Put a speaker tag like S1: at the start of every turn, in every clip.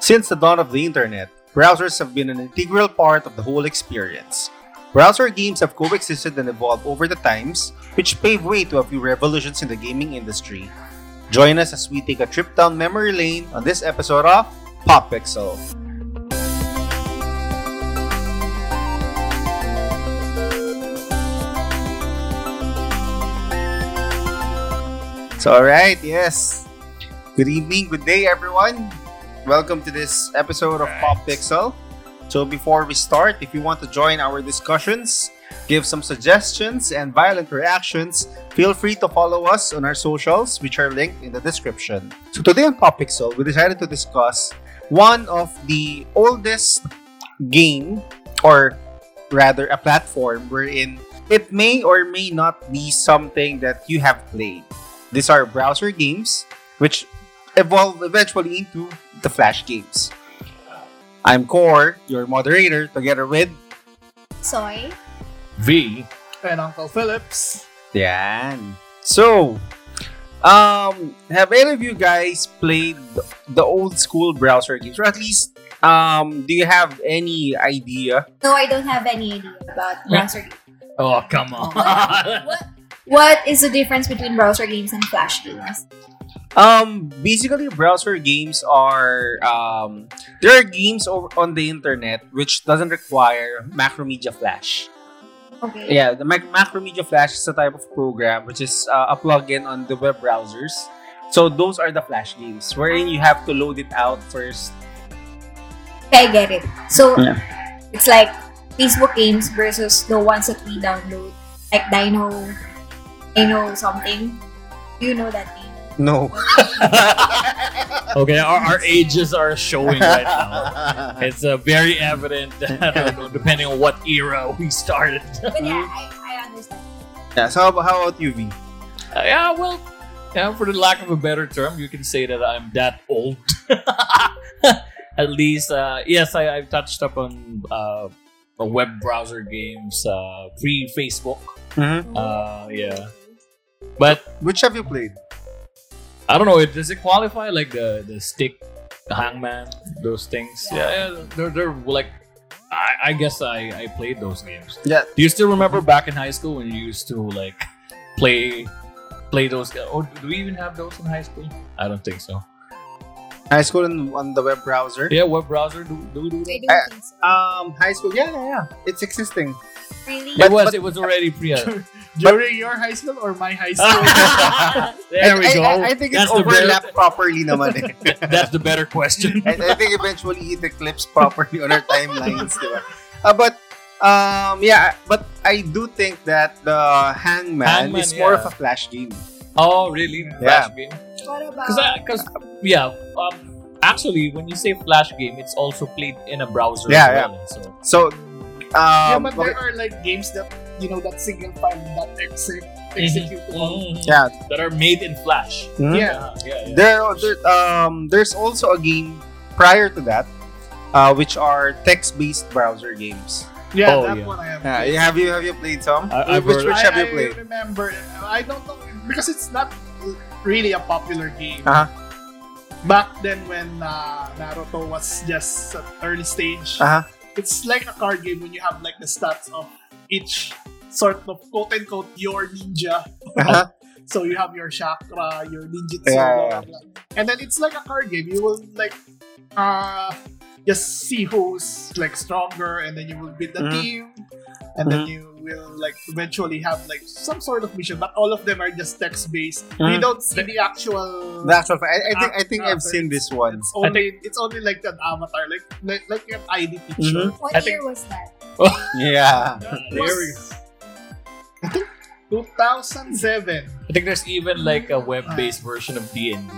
S1: Since the dawn of the internet, browsers have been an integral part of the whole experience. Browser games have coexisted and evolved over the times, which pave way to a few revolutions in the gaming industry. Join us as we take a trip down memory lane on this episode of Pop Pixel. So, all right, yes. Good evening, good day, everyone. Welcome to this episode of Pop Pixel. So, before we start, if you want to join our discussions, give some suggestions, and violent reactions, feel free to follow us on our socials, which are linked in the description. So, today on Pop Pixel, we decided to discuss one of the oldest game, or rather, a platform wherein it may or may not be something that you have played. These are browser games, which evolve eventually into the Flash games. I'm Core, your moderator, together with
S2: Soy.
S3: V.
S4: and Uncle Phillips.
S1: Dan. So, um, have any of you guys played the, the old school browser games, or at least, um, do you have any idea?
S2: No, I don't have any idea about browser games.
S3: Oh, come
S2: What,
S3: on.
S2: what, what is the difference between browser games and flash games?
S1: Um, basically, browser games are um, there are games over on the internet which doesn't require Macromedia Flash.
S2: Okay.
S1: Yeah, the Mac- Macromedia Flash is a type of program which is uh, a plugin on the web browsers. So those are the Flash games wherein you have to load it out first.
S2: Okay, I get it. So
S1: Yeah.
S2: it's like Facebook games versus the ones that we download, like Dino, Dino something. Do you know that name?
S1: No.
S3: okay, our, our ages are showing right now. It's uh, very evident, I don't know, depending on what era we started.
S2: But
S3: Mm-hmm.
S2: yeah, I, I understand.
S1: yeah, so how about, how about you, V?
S3: Uh, yeah, well, yeah, for the lack of a better term, you can say that I'm that old. At least, uh, yes, I, I've touched up on uh, web browser games uh, pre Facebook. Uh, yeah. But
S1: Which have you played?
S3: I don't know. it- Does it qualify like the the stick, the hangman, those things? Yeah, yeah, they're they're like. I, I guess I, I played those games.
S1: Yeah.
S3: Do you still remember back in high school when you used to like play play those? Oh, do we even have those in high school? I don't think so.
S1: High school and on the web browser.
S3: Yeah, web browser. Do, do we do
S2: I don't
S3: that?
S2: think so.
S1: Um, high school. Yeah, yeah, yeah. It's existing.
S2: Really?
S3: it was
S1: but-
S3: it was already pre. uh,
S4: During your high school or my high school?
S3: there we
S1: I,
S3: go.
S1: I, I think
S3: That's
S1: it's
S3: the better-
S1: overlapped properly, naman. eh.
S3: That's the better question.
S1: I, I think eventually it eclipsed properly on our timelines, di ba? Ah, but um, yeah, but I do think that the Hangman,
S3: Hangman,
S1: is more of
S3: yeah.
S1: a flash game.
S3: oh, really?
S1: Yeah.
S3: Flash game.
S2: What about
S3: Because, because yeah, um, actually, when you say flash game, it's also played in a browser.
S1: Yeah,
S3: as well, So
S1: So, um,
S4: yeah, but
S1: okay,
S4: there are like games that you know that single file that exit
S3: Oh,
S4: executable.
S2: Mm-hmm.
S3: yeah,
S1: yeah,
S3: that are made in Flash.
S1: Hmm?
S4: Yeah.
S3: yeah, yeah.
S1: there, there, um, there's also a game prior to that, uh, which are text-based browser games.
S4: Yeah,
S3: Oh,
S4: that
S3: yeah.
S4: one I have.
S1: Yeah, you- have you have you played some?
S3: I- I've
S1: which
S3: heard-
S1: which
S4: I,
S1: have you
S4: I
S1: played?
S4: remember. I don't know because it's not really a popular game.
S1: Uh-huh.
S4: Back then, when uh, Naruto was just at early stage,
S1: Uh-huh.
S4: it's like a card game when you have like the stats of each sort of quote unquote your ninja.
S1: Uh-huh.
S4: So you have your chakra, your
S1: Yeah,
S4: ninjutsu,
S1: yeah,
S4: blah, blah, blah. and then it's like a card game. You will like uh just see who's like stronger, and then you will beat the
S1: Mhm.
S4: team, and
S1: Mm-hmm.
S4: then you will like eventually have like some sort of mission. But all of them are just text based.
S1: Mhm.
S4: You don't see the actual.
S1: The actual, I, I think I think
S4: Ah,
S1: I've seen this one.
S4: it's only it's only like an avatar, like like, like an ID picture.
S2: what
S3: I
S2: year was that?
S1: Yeah.
S3: There we go.
S4: 2007.
S3: I think there's even like a web-based version of D and D,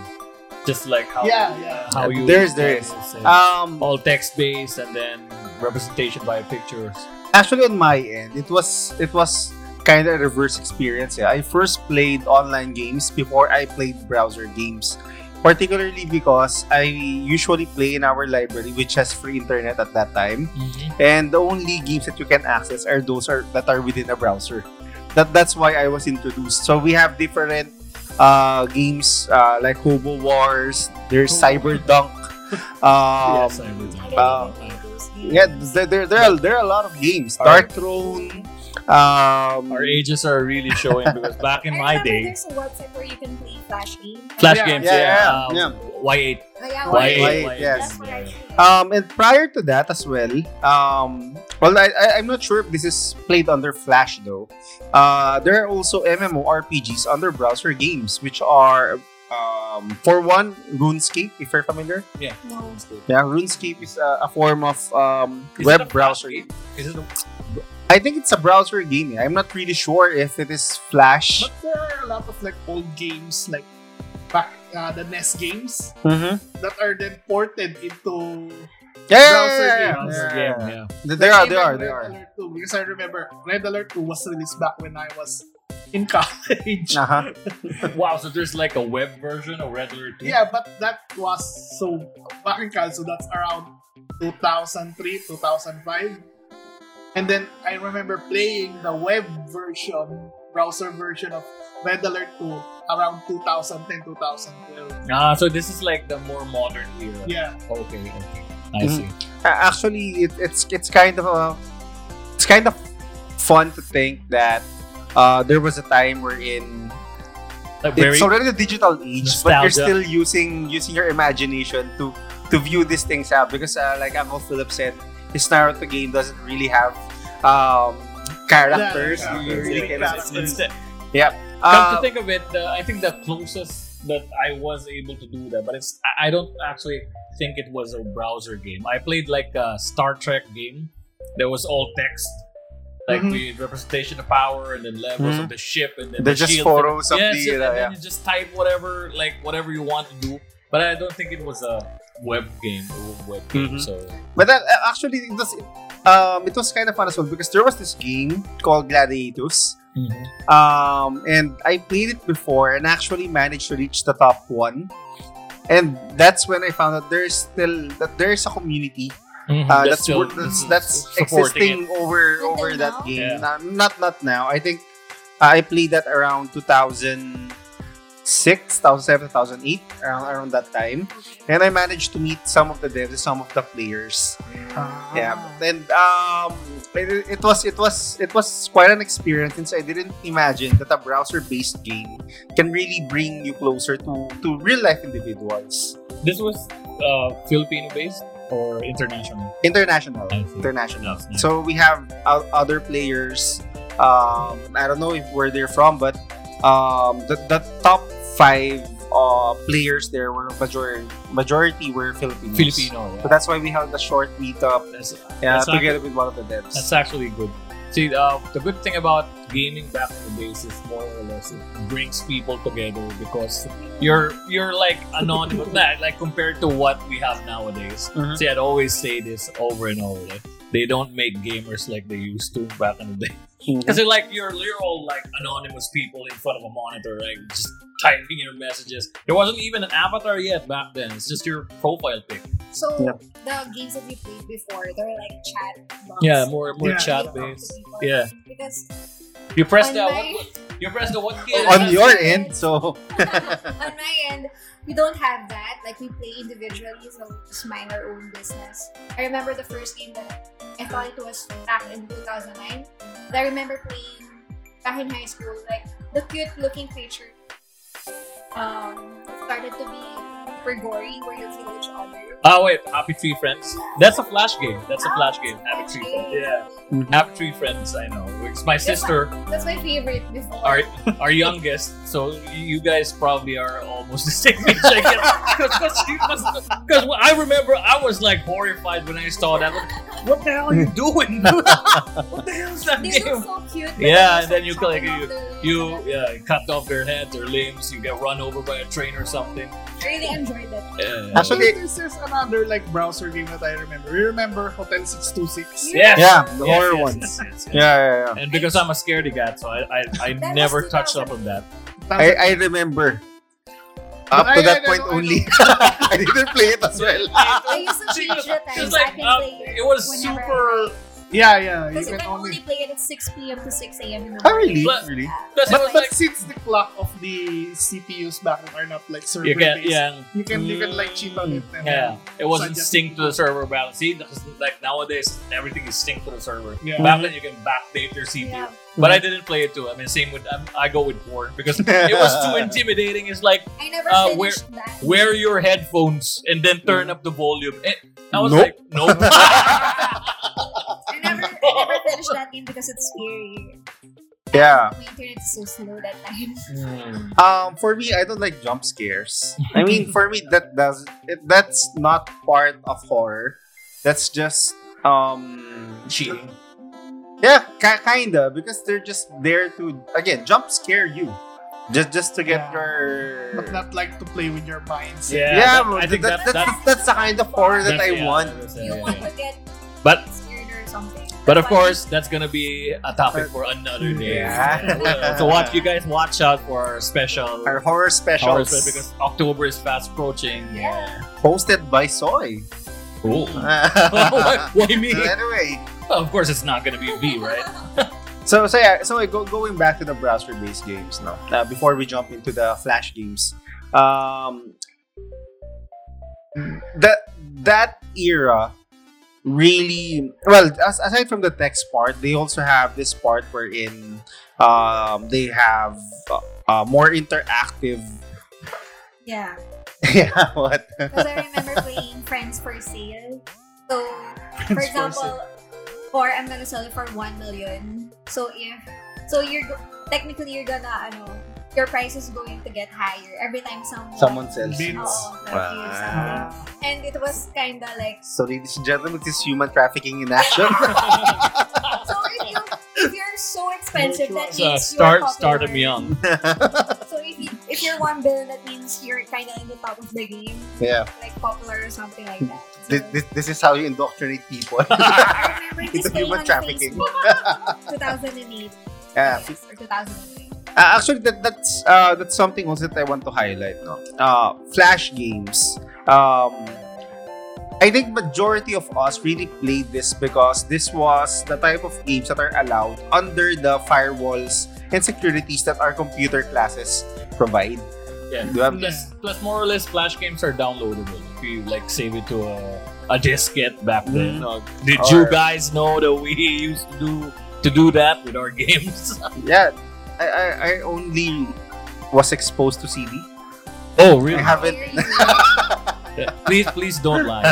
S3: just like how
S4: Yeah, yeah.
S3: how you
S1: There's- there is.
S3: it's, uh,
S1: Um,
S3: all text-based and then representation by pictures.
S1: actually on my end it was it was kind of a reverse experience yeah. i first played online games before i played browser games particularly because i usually play in our library which has free internet at that time
S2: Mm-hmm.
S1: and the only games that you can access are those are that are within a browser that that's why i was introduced so we have different uh games uh, like hobo wars there's cyber
S3: Hobo.
S1: dunk Um,
S3: yes,
S2: Mm-hmm.
S3: I will.
S1: Wow. yeah, there, there, there, are, there are a lot of games.
S3: Our-
S1: Dark Throne. Um,
S3: Our ages are really showing because back in my day,
S2: There's a website where you can play Flash game.
S3: Flash
S4: Yeah,
S3: games,
S1: yeah,
S3: yeah,
S1: yeah,
S3: uh, Y8.
S2: Oh, yeah,
S1: Why-
S2: why-
S1: why-
S3: Y8, Y8,
S1: yes.
S2: That's what I think.
S1: Um, and prior to that as well, um, well, I, I, I'm not sure if this is played under Flash though. Uh, there are also MMORPGs under browser games, which are, um, for one, RuneScape, if you're familiar.
S2: no.
S1: Yeah, RuneScape is a, a form of um,
S3: Is it a
S1: web
S3: Flash
S1: browser.
S3: game? Is it a,
S1: I think it's a browser game. yeah. I'm not really sure if it is Flash.
S4: But there are a lot of like old games, like back uh, the NES games
S1: Mm-hmm.
S4: that are then ported into.
S1: Yeah, yeah,
S4: Browser
S1: yeah,
S4: game,
S1: yeah,
S3: browser
S1: yeah,
S3: game?
S1: yeah.
S3: Yeah.
S1: There are,
S4: Even
S1: there are,
S4: Red
S1: there are.
S4: Alert 2, because I remember Red Alert 2 was released back when I was in college.
S1: Uh-huh.
S3: wow, so there's like a web version of Red Alert 2?
S4: Yeah, but that was so back in college, so that's around 2003, 2005. And then I remember playing the web version, browser version of Red Alert 2 around 2010, 2012.
S3: Ah, so this is like the more modern era.
S4: Yeah,
S3: Okay, okay. I
S1: Mhm.
S3: see.
S1: Uh, actually it, it's it's kind of uh, it's kind of fun to think that uh, there was a time we're in
S3: Like very
S1: it's already the digital age but you're still
S3: Nostalgia.
S1: using using your imagination to to view these things out because uh, like Uncle Philip said his Naruto game doesn't really have um, characters
S4: Yeah,
S1: you really
S4: yeah,
S1: cannot
S4: characters.
S1: see.
S3: Instead- Come
S1: Uh,
S3: to think of it, uh, I think the closest that I was able to do that, but it's I- I don't actually think it was a browser game. I played like a Star Trek game that was all text, like
S1: Mm-hmm.
S4: Mhm.
S3: the representation of power and then levels
S1: Mhm.
S3: of the ship and then
S1: they're
S3: the
S1: just
S3: shields and-
S1: photos of
S3: yes,
S1: the
S3: yes, and
S1: uh,
S3: then
S1: yeah.
S3: you just type whatever like whatever you want to do. But I don't think it was a web game. It was a web
S1: Mhm.
S3: game. So
S1: But that uh, actually it was um, it was kind of fun as well because there was this game called Gladiatus. Um, and I played it before and actually managed to reach the top one. And that's when I found out there's still that there's a community uh, that's
S3: Mm-hmm. still-
S1: wor- that's,
S3: mhm,
S1: that's
S3: supporting
S1: existing over
S2: Until
S1: over that
S2: now?
S1: game.
S3: Yeah.
S1: Nah, not not now. I think uh, I played that around 2006, 2007, 2008, around, around that time. And I managed to meet some of the devs, some of the players. Yeah, and um, it, it was it was it was quite an experience since I didn't imagine that a browser-based game can really bring you closer to to real-life individuals,
S3: it. This was uh, Filipino based or international?
S1: international,
S3: I see.
S1: international.
S3: That's nice.
S1: So we have o- other players. Um, I don't know if where they're from, but um, the, the top five uh, players there were majority majority were Filipinos.
S3: Filipino. yeah.
S1: So that's why we held a short meetup
S3: That's,
S1: yeah,
S3: That's not-
S1: together with one of the devs.
S3: that's actually good. See, uh, the good thing about gaming back in the days is more or less it brings people together because you're you're like anonymous, like like compared to what we have nowadays.
S1: Mhm.
S3: See, I'd always say this over and over. like, they don't make gamers like they used to back in the
S1: Mm-hmm.
S3: day. Because they're like you're you're all like anonymous people in front of a monitor, like just typing your messages. There wasn't even an avatar yet back then. It's just your profile pic.
S2: So
S1: Yeah.
S2: the games that we played before, they're like chat. Box.
S3: Yeah, more more
S4: Yeah.
S3: chat based.
S2: Yeah.
S3: Yeah.
S2: Because
S3: You press
S2: On
S3: the
S2: my-
S3: what, what- you press the what key?
S2: Oh,
S1: on your end, so
S2: on my end, we don't have that. Like we play individually, so we just mind our own business. I remember the first game that I thought it was back in 2009. But I remember playing back in high school, like the cute-looking creature um, started to be Grigori, where you kill each other.
S3: Oh wait, Happy Tree Friends. That's a flash game. That's a flash game. Happy Tree Friends.
S2: Ah, Okay.
S3: Yeah.
S1: Mm-hmm.
S3: Happy Tree Friends. I know. It's my sister,
S2: That's my favorite before.
S3: our our youngest. So you guys probably are almost the same age, I guess. Because I remember I was like horrified when I saw that. Like, what the hell are you doing? what the hell is that
S2: They
S3: game?
S2: look so cute. but
S3: Yeah,
S2: they're
S3: and then you
S2: chopping
S3: click,
S2: off their-
S3: You yeah, cut off their heads or limbs. You get run over by a train or something.
S2: I really enjoyed that.
S3: Yeah.
S1: Actually-
S4: Actually, there's, there's another like browser game that I remember. You remember Hotel 626?
S3: Yes.
S1: yeah, the
S3: Yes,
S1: horror
S3: yes,
S1: ones.
S3: yes, yes, yes.
S1: Yeah, yeah, yeah.
S3: And because I'm a scaredy cat, so I, I, I
S2: That
S3: never
S2: was
S3: touched up on that.
S1: I, I remember. Up to
S4: I- I-
S1: that
S4: I
S1: point
S4: don't- I
S1: only. I didn't play it as well.
S2: I used to change the
S3: It
S2: times.
S3: was
S2: I
S3: like,
S2: can
S3: um,
S2: play
S3: it was
S2: whenever I
S3: super.
S2: want.
S4: Yeah, yeah. You
S2: Because you
S4: can
S2: can only
S4: only.
S2: play it at 6 p.m. to 6 a.m. in the morning.
S1: Oh, really?
S3: But-
S1: really?
S3: Because it
S4: But,
S3: was
S4: but
S3: like,
S4: since the clock of the CPUs back then are not like server
S3: you can,
S4: based,
S3: yeah.
S4: you can you can like cheat on it. And
S3: Yeah, it wasn't
S4: Suggest-
S3: synced to the server balance. See, because like nowadays everything is synced to the server.
S4: Yeah.
S3: Back then you can backdate your CPU.
S2: Yeah.
S3: But I didn't play it too. I mean, same with um, I go with four because it was too intimidating. It's like
S2: I never
S3: Uh,
S2: finished that.
S3: wear your headphones and then turn up the volume. Eh, I was
S1: Nope.
S3: like, nope.
S2: I never, I never finished that game because it's scary.
S1: Yeah.
S2: My internet is so slow that time.
S3: Hmm.
S1: Um, for me, I don't like jump scares. I mean, for me, that does it, that's not part of horror. That's just um
S3: Cheating.
S1: Yeah, ki- kinda because they're just there to again jump scare you, just just to get
S4: Yeah.
S1: your.
S4: But not like to play with your minds.
S3: Yeah,
S1: yeah,
S3: that-
S1: but
S3: I think
S1: that,
S3: that,
S1: that's, that's the kind of horror that I
S3: yeah,
S1: want.
S3: that's-
S2: You
S3: yeah, yeah,
S2: want
S3: yeah.
S2: to get
S3: But
S2: scared or something.
S3: But of
S2: Like,
S3: course, that's gonna be a topic for another day.
S1: Yeah.
S3: so watch you guys watch out for our special
S1: Our horror
S3: horror
S1: specials,
S3: special because October is fast approaching.
S2: Yeah.
S1: hosted by Soy.
S3: Cool. why, why me?
S1: So anyway,
S3: Of course, it's not gonna be me, right?
S1: so so yeah, so I go, going back to the browser-based games now. Uh, before we jump into the flash games, um, that that era really well. As, aside from the text part, they also have this part wherein um, they have uh, uh, more interactive.
S2: Yeah.
S1: yeah, what?
S2: Because I remember playing Friends for Sale. So, for
S4: for
S2: example, or I'm gonna sell it for 1 million. So, if, so you're, go- technically, you're gonna, ano, your price is going to get higher every time someone,
S1: Someone sells.
S4: Bin-
S2: Oh,
S1: Wow.
S2: And it was kind of like,
S1: So, ladies and gentlemen, this is human trafficking in action.
S2: so if, you, if you're so expensive, that means
S3: so
S2: you're
S3: start
S2: popular.
S3: start me on.
S2: So if, you, if you're 1 billion, that means you're kind of in the top of the game,
S1: yeah.
S2: like popular or something like that.
S1: This, this, this is how you indoctrinate people.
S2: I remember this
S1: Into
S2: game
S1: human
S2: on
S1: trafficking.
S2: Facebook, 2008.
S1: yeah.
S2: Yes, or 2008.
S1: Uh, actually, that, that's uh, that's something also that I want to highlight. No, uh, flash games. Um, I think majority of us really played this because this was the type of games that are allowed under the firewalls and securities that our computer classes provide.
S3: Yeah.
S1: Do you have-
S3: Plus, plus, more or less, flash games are downloadable if you like save it to a, a diskette back then. Uh, did you
S1: Mm-hmm. Or-
S3: guys know that we used to do to do that with our games?
S1: Yeah, I, I, I only was exposed to CD.
S3: oh,
S1: I
S3: really?
S1: haven't.
S2: Here you go.
S3: please, please don't lie.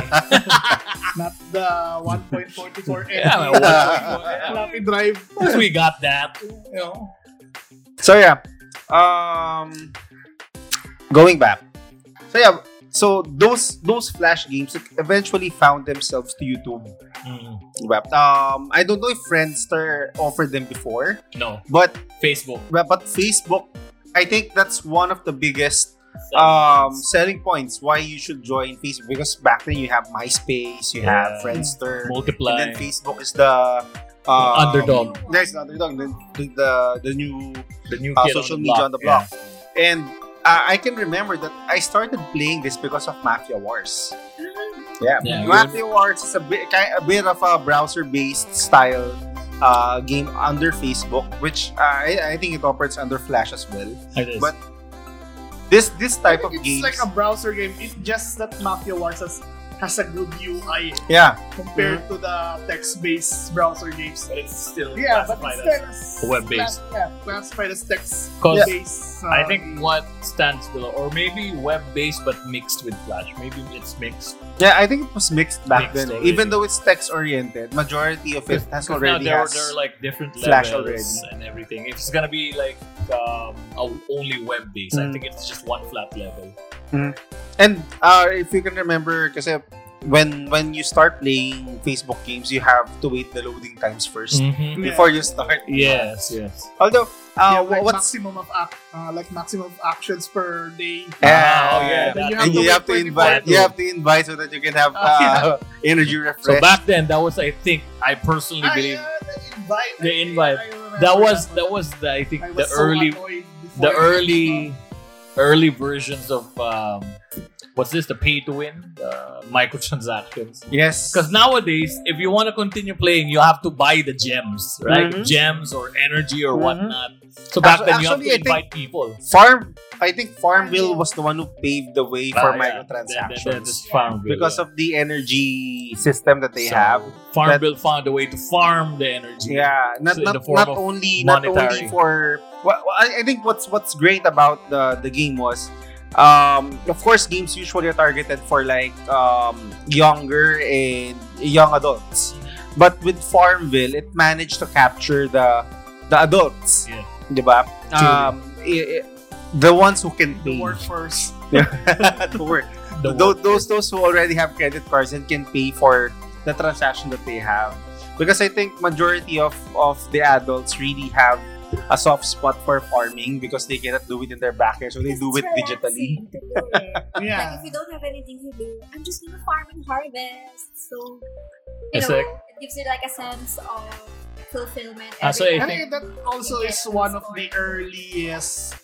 S4: Not the 1.44
S3: Yeah,
S4: MB
S3: well, what-
S4: floppy drive.
S3: Once we got that.
S4: You know.
S1: So yeah, um, going back. So yeah, so those those flash games eventually found themselves to YouTube.
S3: mm,
S1: Diba? Um, I don't know if Friendster offered them before,
S3: No,
S1: but
S3: Facebook.
S1: but Facebook, I think that's one of the biggest um selling points why you should join Facebook because back then you have MySpace, you have
S3: Yeah.
S1: Friendster, and
S3: multiply.
S1: then Facebook is the um,
S3: Underdog.
S1: There's the underdog, the the, the new
S3: The new
S1: uh,
S3: kid
S1: social
S3: on the
S1: media on the
S3: block.
S1: block. And uh, I can remember that I started playing this because of Mafia Wars. Yeah,
S3: Yeah,
S1: Mafia Wars is a bit, ki- a bit of a browser-based style uh, game under Facebook, which uh, I, I think it operates under Flash as well.
S3: Yeah. It is.
S1: But This this type of
S4: it's
S1: games,
S4: like a browser game. It's just that Mafia Wars has, has a good UI
S1: yeah,
S4: compared to the text-based browser games.
S3: But it's still
S4: Yeah, but
S3: classified
S4: it's
S3: as-
S4: text-
S3: web-based.
S4: Yeah, classified as text-based.
S3: 'Cause
S4: uh,
S1: um,
S3: I think what stands below, or maybe web-based but mixed with Flash. Maybe it's mixed.
S1: yeah. I think it was mixed back
S3: Mixed
S1: then,
S3: already.
S1: even though it's text-oriented. Majority of it has
S3: Because now
S1: already
S3: there,
S1: has.
S3: there are like different
S1: Flash
S3: levels and everything. If it's gonna be like um, a- only web-based, I
S1: Mm.
S3: think it's just one flat level.
S1: And uh, if you can remember, kasi when when you start playing Facebook games, you have to wait the loading times 1st
S3: Mm-hmm.
S4: yeah.
S1: before you start.
S3: Yes, yes.
S1: Although,
S4: Yeah,
S1: uh,
S4: like
S1: what's
S4: maximum of ac- uh, like maximum of actions per day.
S3: Ah, oh, yeah.
S4: Then
S1: And you
S4: wait
S1: have to
S4: 24
S1: invite.
S3: to-
S1: You have to invite so that you can have uh,
S4: Ah,
S1: energy
S3: So
S1: refresh.
S3: back then, that was I think I personally
S4: Ah,
S3: believe
S4: yeah, the invite.
S3: The
S4: I-
S3: invite.
S4: I remember
S3: that was that was the, I think
S4: I
S3: the
S4: was so
S3: early
S4: annoyed before
S3: the
S4: it-
S3: early early versions of um, what's this? The pay to win, uh, microtransactions.
S1: Yes.
S3: Because nowadays, if you want to continue playing, you have to buy the gems, right?
S1: Mhm.
S3: Gems or energy or
S1: Mhm.
S3: whatnot. So
S1: Actu-
S3: back then, you have
S1: actually,
S3: to
S1: I think-
S3: invite people.
S1: Farm, I think Farmville was the one who paved the way for
S3: Ah, yeah. That- that-
S1: microtransactions
S3: that's Farmville,
S1: because
S3: yeah.
S1: of the energy system that they
S3: So,
S1: have.
S3: Farmville found a way to farm the energy.
S1: Yeah, not
S3: So in the
S1: not,
S3: form
S1: not
S3: of
S1: only not only
S3: monetary.
S1: for well, I I think what's what's great about the the game was um of course games usually are targeted for like um younger and young adults. But with Farmville, it managed to capture the the adults.
S3: Yeah.
S1: 'Di ba? Um i- i- the ones who can
S4: The
S1: pay
S4: workforce.
S1: to work.
S3: The
S1: Tho-
S3: work-
S1: those those who already have credit cards and can pay for the transaction that they have because i think majority of of the adults really have a soft spot for farming because they cannot do it in their backyard so they do it digitally
S2: To do it. Like
S4: Yeah.
S2: if you don't have anything to do, I'm just gonna farm and harvest. So you
S3: It's
S2: know,
S3: like-
S2: it gives you like a sense of fulfillment.
S3: Ah, so
S2: everything.
S4: I think that also
S2: Yeah.
S4: is one of the earliest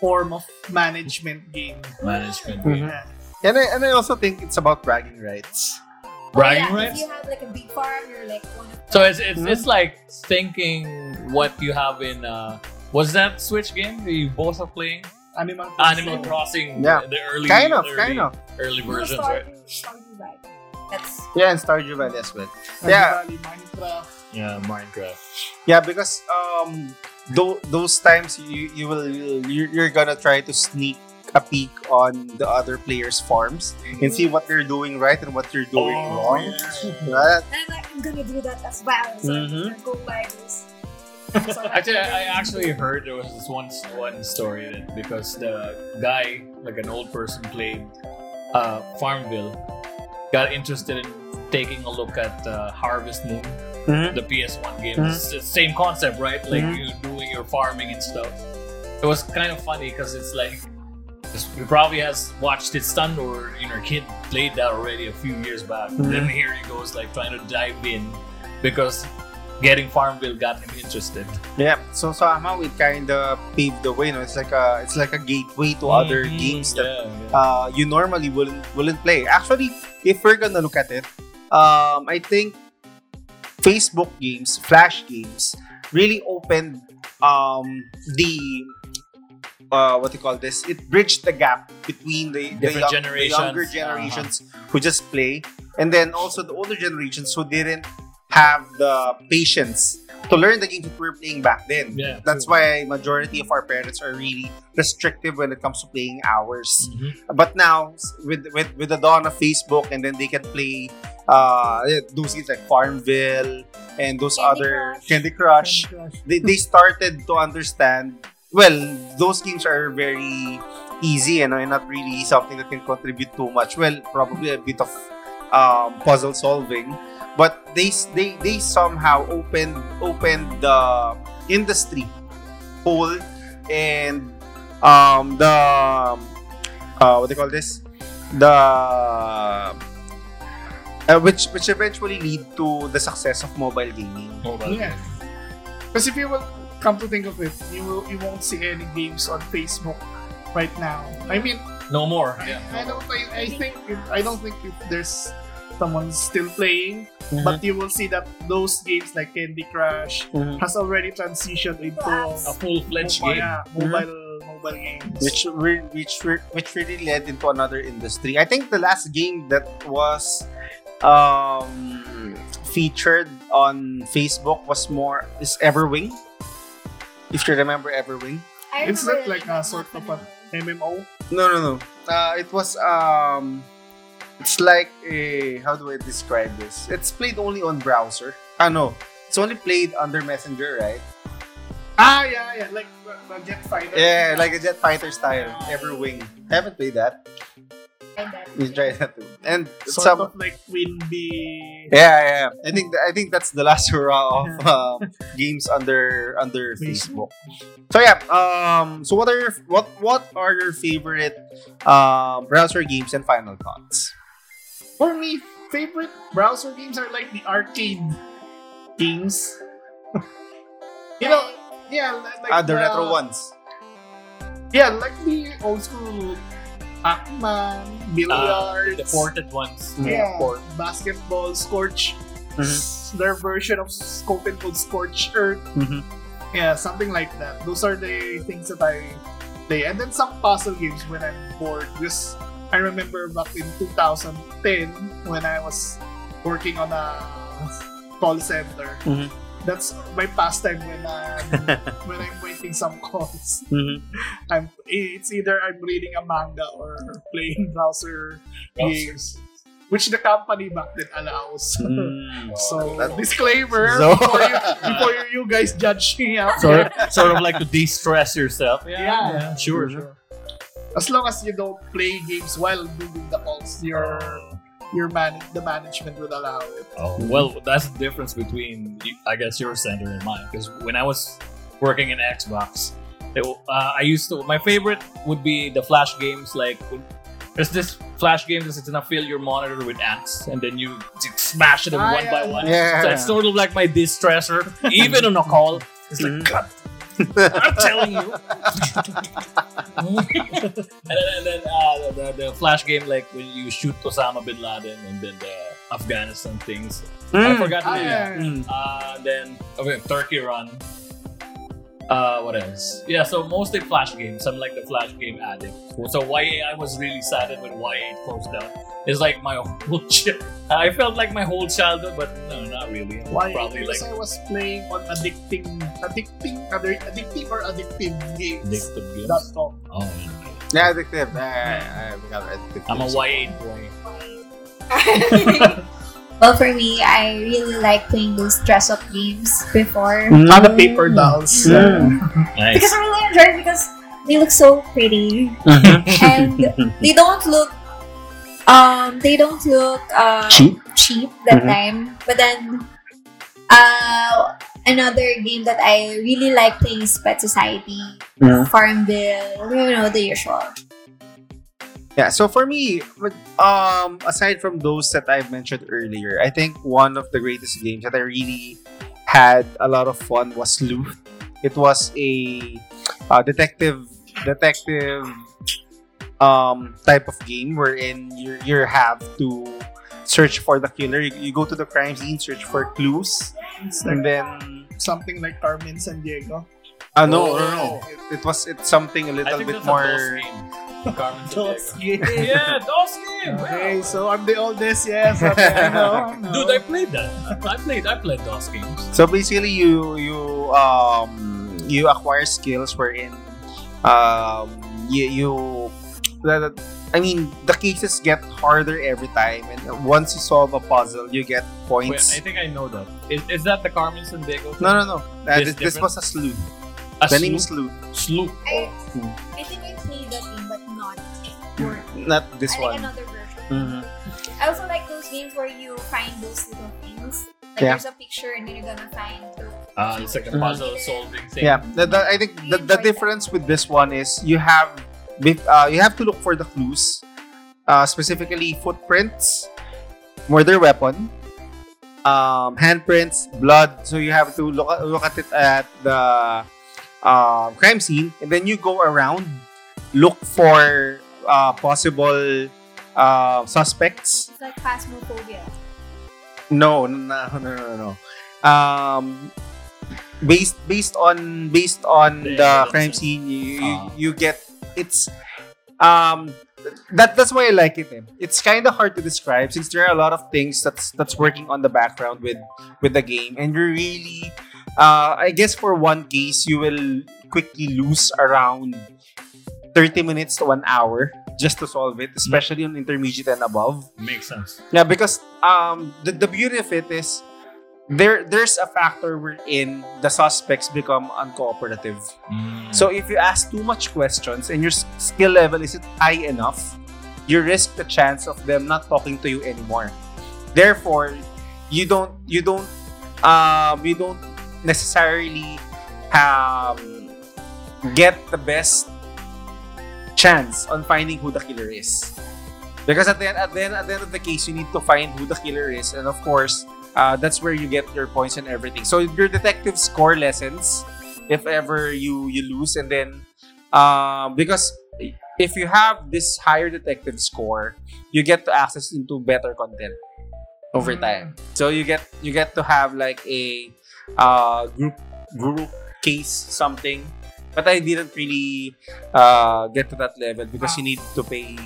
S4: form of management game.
S3: management.
S1: Mhm.
S4: Yeah.
S1: and I, and I also think it's about bragging rights
S2: Oh,
S3: Bragging
S2: yeah,
S3: rights?
S2: If you have like a big farm, you're like one of
S3: So it's it's,
S1: Mhm.
S3: it's like thinking what you have in uh was that Switch game that you both are playing?
S4: Animal Crossing.
S3: Animal Crossing,
S1: Yeah.
S3: the early
S1: kind of
S3: early,
S1: kind of
S3: early
S2: you know,
S3: versions, right?
S2: Stardew- Stardew Valley. That's
S1: yeah and stardew valley as well
S4: Stardew
S1: Yeah.
S4: Valley, Minecraft.
S3: Yeah, Minecraft.
S1: yeah because um tho- those times you you will you're, you're gonna try to sneak a peek on the other players farms and see what they're doing right and what they're doing wrong
S3: Oh,
S1: Yeah,
S2: and I'm like I'm gonna do that as well. So I'm
S1: Mhm.
S2: gonna go buy this. So
S3: Mm-hmm. Actually, I, I actually heard there was this one one story that because the guy, like an old person, playing uh, Farmville, got interested in taking a look at uh, Harvest Moon,
S1: Mhm.
S3: the PS1
S4: Mm-hmm.
S3: game.
S1: Mhm.
S3: It's the same concept, right? Like
S1: Mhm.
S3: you doing your farming and stuff. It was kind of funny because it's like it's- you probably has watched his son or you know kid played that already a few years back.
S4: Mm-hmm.
S1: Mhm.
S3: Then here he goes like trying to dive in because getting Farmville got him interested.
S1: Yeah, so somehow it kind of paved the way. No, it's like a it's like a gateway to other
S4: Mm-hmm.
S3: Mhm,
S1: games that
S3: yeah, yeah.
S1: uh, you normally wouldn't wouldn't play. Actually, if we're gonna look at it, um, I think Facebook games, Flash games, really opened um, the uh, what do you call this? It bridged the gap between the, the,
S3: Different
S1: young-
S3: generations. Uh-huh.
S1: the younger generations who just play, and then also the older generations who didn't have the patience to learn the games that we were playing back then.
S3: Yeah,
S1: um, That's
S3: true.
S1: why majority of our parents are really restrictive when it comes to playing hours
S3: Mhm.
S1: but now s- with with with the dawn of Facebook and then they can play uh yeah, those games like Farmville and those
S2: Candy
S1: other
S2: Crush.
S1: Candy Crush.
S4: Candy Crush.
S1: They, they started to understand well those games are very easy you know, and not really something that can contribute too much. Well, probably a bit of um, puzzle solving, but they s- they they somehow opened opened the industry whole and um the uh, what they call this the uh, which which eventually lead to the success of mobile gaming
S3: Mobile
S4: Yeah.
S3: game.
S4: Because if you will come to think of it, you will you won't see any games on Facebook right now. I mean,
S3: No more.
S4: I, I don't. I, I think if- I don't think if there's someone still playing,
S1: Mm-hmm.
S4: but you will see that those games like Candy Crush
S1: Mhm.
S4: has already transitioned into
S3: a
S2: Apps.
S3: full fledged game.
S4: mobile, yeah, mobile mobile games.
S1: Mm-hmm. which re- which re- which really led into another industry. I think the last game that was um, featured on Facebook was more is Everwing. If you remember Everwing,
S2: I
S4: it's
S2: remember
S4: not like
S2: that
S4: a sort of a MMO.
S1: no, no, no. Uh, it was um, it's like a how do I describe this? It's played only on browser. Ah no, it's only played under Messenger, right?
S4: Ah, yeah, yeah, like uh, uh, Jet Fighter.
S1: Yeah, like a Jet Fighter style. Everwing. Haven't played that.
S2: Like that.
S1: You try that too. And
S4: sort
S1: some
S4: of like Queen Bee.
S1: Yeah, yeah. I think I think that's the last hurrah of um, games under under Facebook.
S4: Facebook.
S1: So yeah. Um. So what are your what what are your favorite um browser games and final thoughts?
S4: For me, favorite browser games are like the arcade games. you know, yeah, li- like
S1: Ah, the retro ones.
S4: Yeah, like the old school Pac-Man,
S3: Uh,
S4: billiards,
S3: the ported ones.
S4: yeah,
S3: Port.
S4: basketball, Scorch, their version of Scope and Code Scorch Earth.
S1: Mhm.
S4: Yeah, something like that. Those are the things that I play. And then some puzzle games when I'm bored. Because I remember back in 2010 when I was working on a call center.
S1: Mhm.
S4: That's my pastime when I'm, when I'm waiting some calls.
S1: Mhm.
S4: I'm it's either I'm reading a manga or playing browser games, which the company back then allows.
S1: Mm.
S4: So
S1: That-
S4: disclaimer
S1: So-
S4: before, you, before you, you guys judge me out
S3: Sort
S4: there.
S3: of, sort of like to de-stress yourself.
S4: Yeah. Mm-hmm.
S3: Sure,
S1: Mhm.
S3: sure.
S4: As long as you don't play games while doing the calls, your your man the management would allow it.
S3: Oh, well, that's the difference between, I guess, your center and mine. Because when I was working in Xbox, it, w- uh, I used to. My favorite would be the flash games. Like, w- there's this flash game that's gonna fill your monitor with ants, and then you t- smash them
S4: Ah,
S3: one by
S4: yeah.
S3: one.
S1: Yeah.
S3: So it's sort of like my distressor, even on a call. It's like,
S1: Mhm.
S3: "God,
S1: Mm-hmm.
S3: I'm telling you. and then, and then uh, the, the flash game, like when you shoot Osama bin Laden, and then the Afghanistan things. I
S1: Mm.
S4: Ah,
S3: forgot the name.
S1: Mm.
S3: Uh, then okay, Turkey Run. Uh, what else? Yeah, so mostly flash games. I'm like the flash game addict. So YA, I was really saddened when YA closed down. It's like my whole. Ch- I felt like my whole childhood, but no, not really.
S4: Why?
S3: Probably like
S4: because I was playing on addicting, addicting, other addictive or addictive games.
S3: addicted games.
S4: That's all.
S3: Oh, yeah.
S1: Yeah, addictive. Ah, I forgot addictive.
S3: I'm a YA boy.
S2: well, for me, I really like playing those dress up games before.
S1: Mm.
S4: Ah, the paper dolls.
S1: Mm.
S2: Because
S3: Nice.
S2: I really enjoy it because they look so pretty.
S1: Mm-hmm.
S2: And they don't look um they don't look um
S1: Cheap?
S2: cheap that
S1: Mhm.
S2: time. But then uh another game that I really like playing is Pet Society,
S1: Mhm.
S2: Farmville, you know the usual.
S1: Yeah, so for me, but, um, aside from those that I've mentioned earlier, I think one of the greatest games that I really had a lot of fun was Sleuth. It was a uh, detective detective um, type of game wherein you you have to search for the killer. You, you go to the crime scene, search for clues,
S4: It's
S1: and
S4: like
S1: then
S4: something like Carmen San Diego.
S1: uh, no,
S3: Oh.
S1: no, no, It, it was it's something a
S3: I
S1: little
S3: think
S1: bit
S3: that's a DOS
S1: more.
S3: game. Carmen
S4: Those
S3: Sandiego.
S4: games.
S3: Yeah, DOS game.
S4: Okay,
S3: Wow.
S4: so I'm the oldest, yes. Okay, I know, I know.
S3: Dude, I played that. I played. I played DOS games.
S1: So basically, you you um you acquire skills wherein um you you the- the- I mean the cases get harder every time, and once you solve a puzzle, you get
S3: Wait,
S1: points.
S3: I think I know that. Is, is that the Carmen Sandiego? thing?
S1: no, no, no. Uh,
S3: This
S1: this, this
S3: different?
S1: was a sleuth.
S3: A
S1: the name is
S3: sloop.
S1: sleuth,
S3: Sloop.
S2: I, I think I played that game but not for
S1: not this
S2: I
S1: one.
S2: like another version.
S1: Mhm.
S2: I also like those games where you find those little things. Like
S1: Yeah.
S2: there's a picture and then you're gonna find those
S3: Ah, it's like a
S1: Mhm.
S3: puzzle solving thing.
S1: Yeah, the, the- I think the, the difference with this one is you have bit- uh, you have to look for the clues, uh, specifically footprints, murder weapon, um, handprints, blood. So you have to look at, look at it at the um, crime scene, and then you go around, look for uh, possible uh, suspects.
S2: It's like phasmophobia.
S1: No, no, no, no, no. no. Um, based based on based on
S3: The
S1: the,
S3: evidence.
S1: crime scene, you, you,
S3: Ah.
S1: you get it's um that that's why I like it. eh. It's kind of hard to describe since there are a lot of things that's that's working on the background with with the game, and you really, uh, I guess for one case you will quickly lose around thirty minutes to one hour just to solve it, especially on intermediate and above.
S3: Makes sense.
S1: Yeah, because um the, the beauty of it is there there's a factor wherein the suspects become uncooperative.
S3: Mm,
S1: So if you ask too much questions and your s- skill level isn't high enough, you risk the chance of them not talking to you anymore. Therefore, you don't you don't um you don't necessarily um get the best chance on finding who the killer is. Because at the end, at the end, at the end of the case, you need to find who the killer is, and of course, uh, that's where you get your points and everything. So your detective score lessons, if ever you you lose, and then uh, um, because if you have this higher detective score, you get to access into better content over
S4: Mm.
S1: time. So you get you get to have like a uh, group group case something. But I didn't really uh, get to that level because you need to pay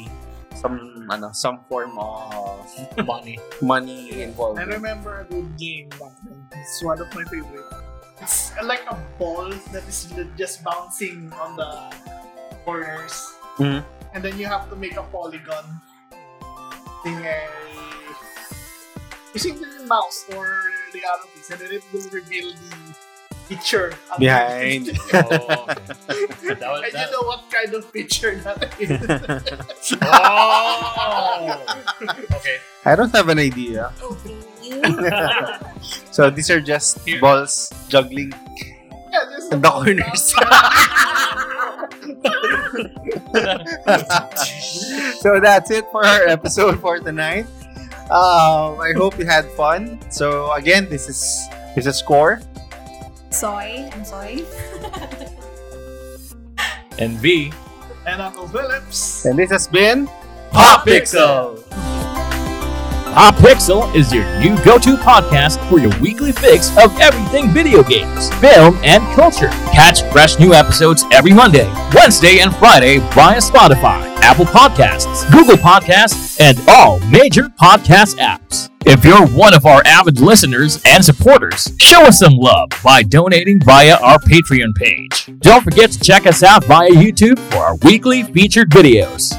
S1: some ano, some form of
S3: money.
S1: money involved.
S4: I remember a good game back then. It's one of my favorite. It's like a ball that is just bouncing on the corners.
S1: Mhm.
S4: And then you have to make a polygon. Using a... Using the mouse or the arrow keys. And then it will reveal the picture. of the
S1: Behind.
S4: picture.
S3: Oh,
S4: and
S3: That was-
S4: you
S3: that-
S4: know what kind of picture that is.
S3: Oh. okay.
S1: I don't have an idea.
S2: Oh, Okay.
S1: So these are just
S3: Here.
S1: balls juggling
S4: Yeah, there's
S1: in
S4: a
S1: the corners. so that's it for our episode for tonight. Um, I hope you had fun. So again, this is this is score.
S2: soy. I'm soy.
S3: And V.
S4: and Uncle Phillips.
S1: And this has been Ah,
S4: Ah,
S3: Pop Pixel. Pop Pixel is your new go to podcast for your weekly fix of everything video games, film, and culture. Catch fresh new episodes every Monday, Wednesday, and Friday via Spotify, Apple Podcasts, Google Podcasts, and all major podcast apps. If you're one of our avid listeners and supporters, show us some love by donating via our Patreon page. Don't forget to check us out via YouTube for our weekly featured videos.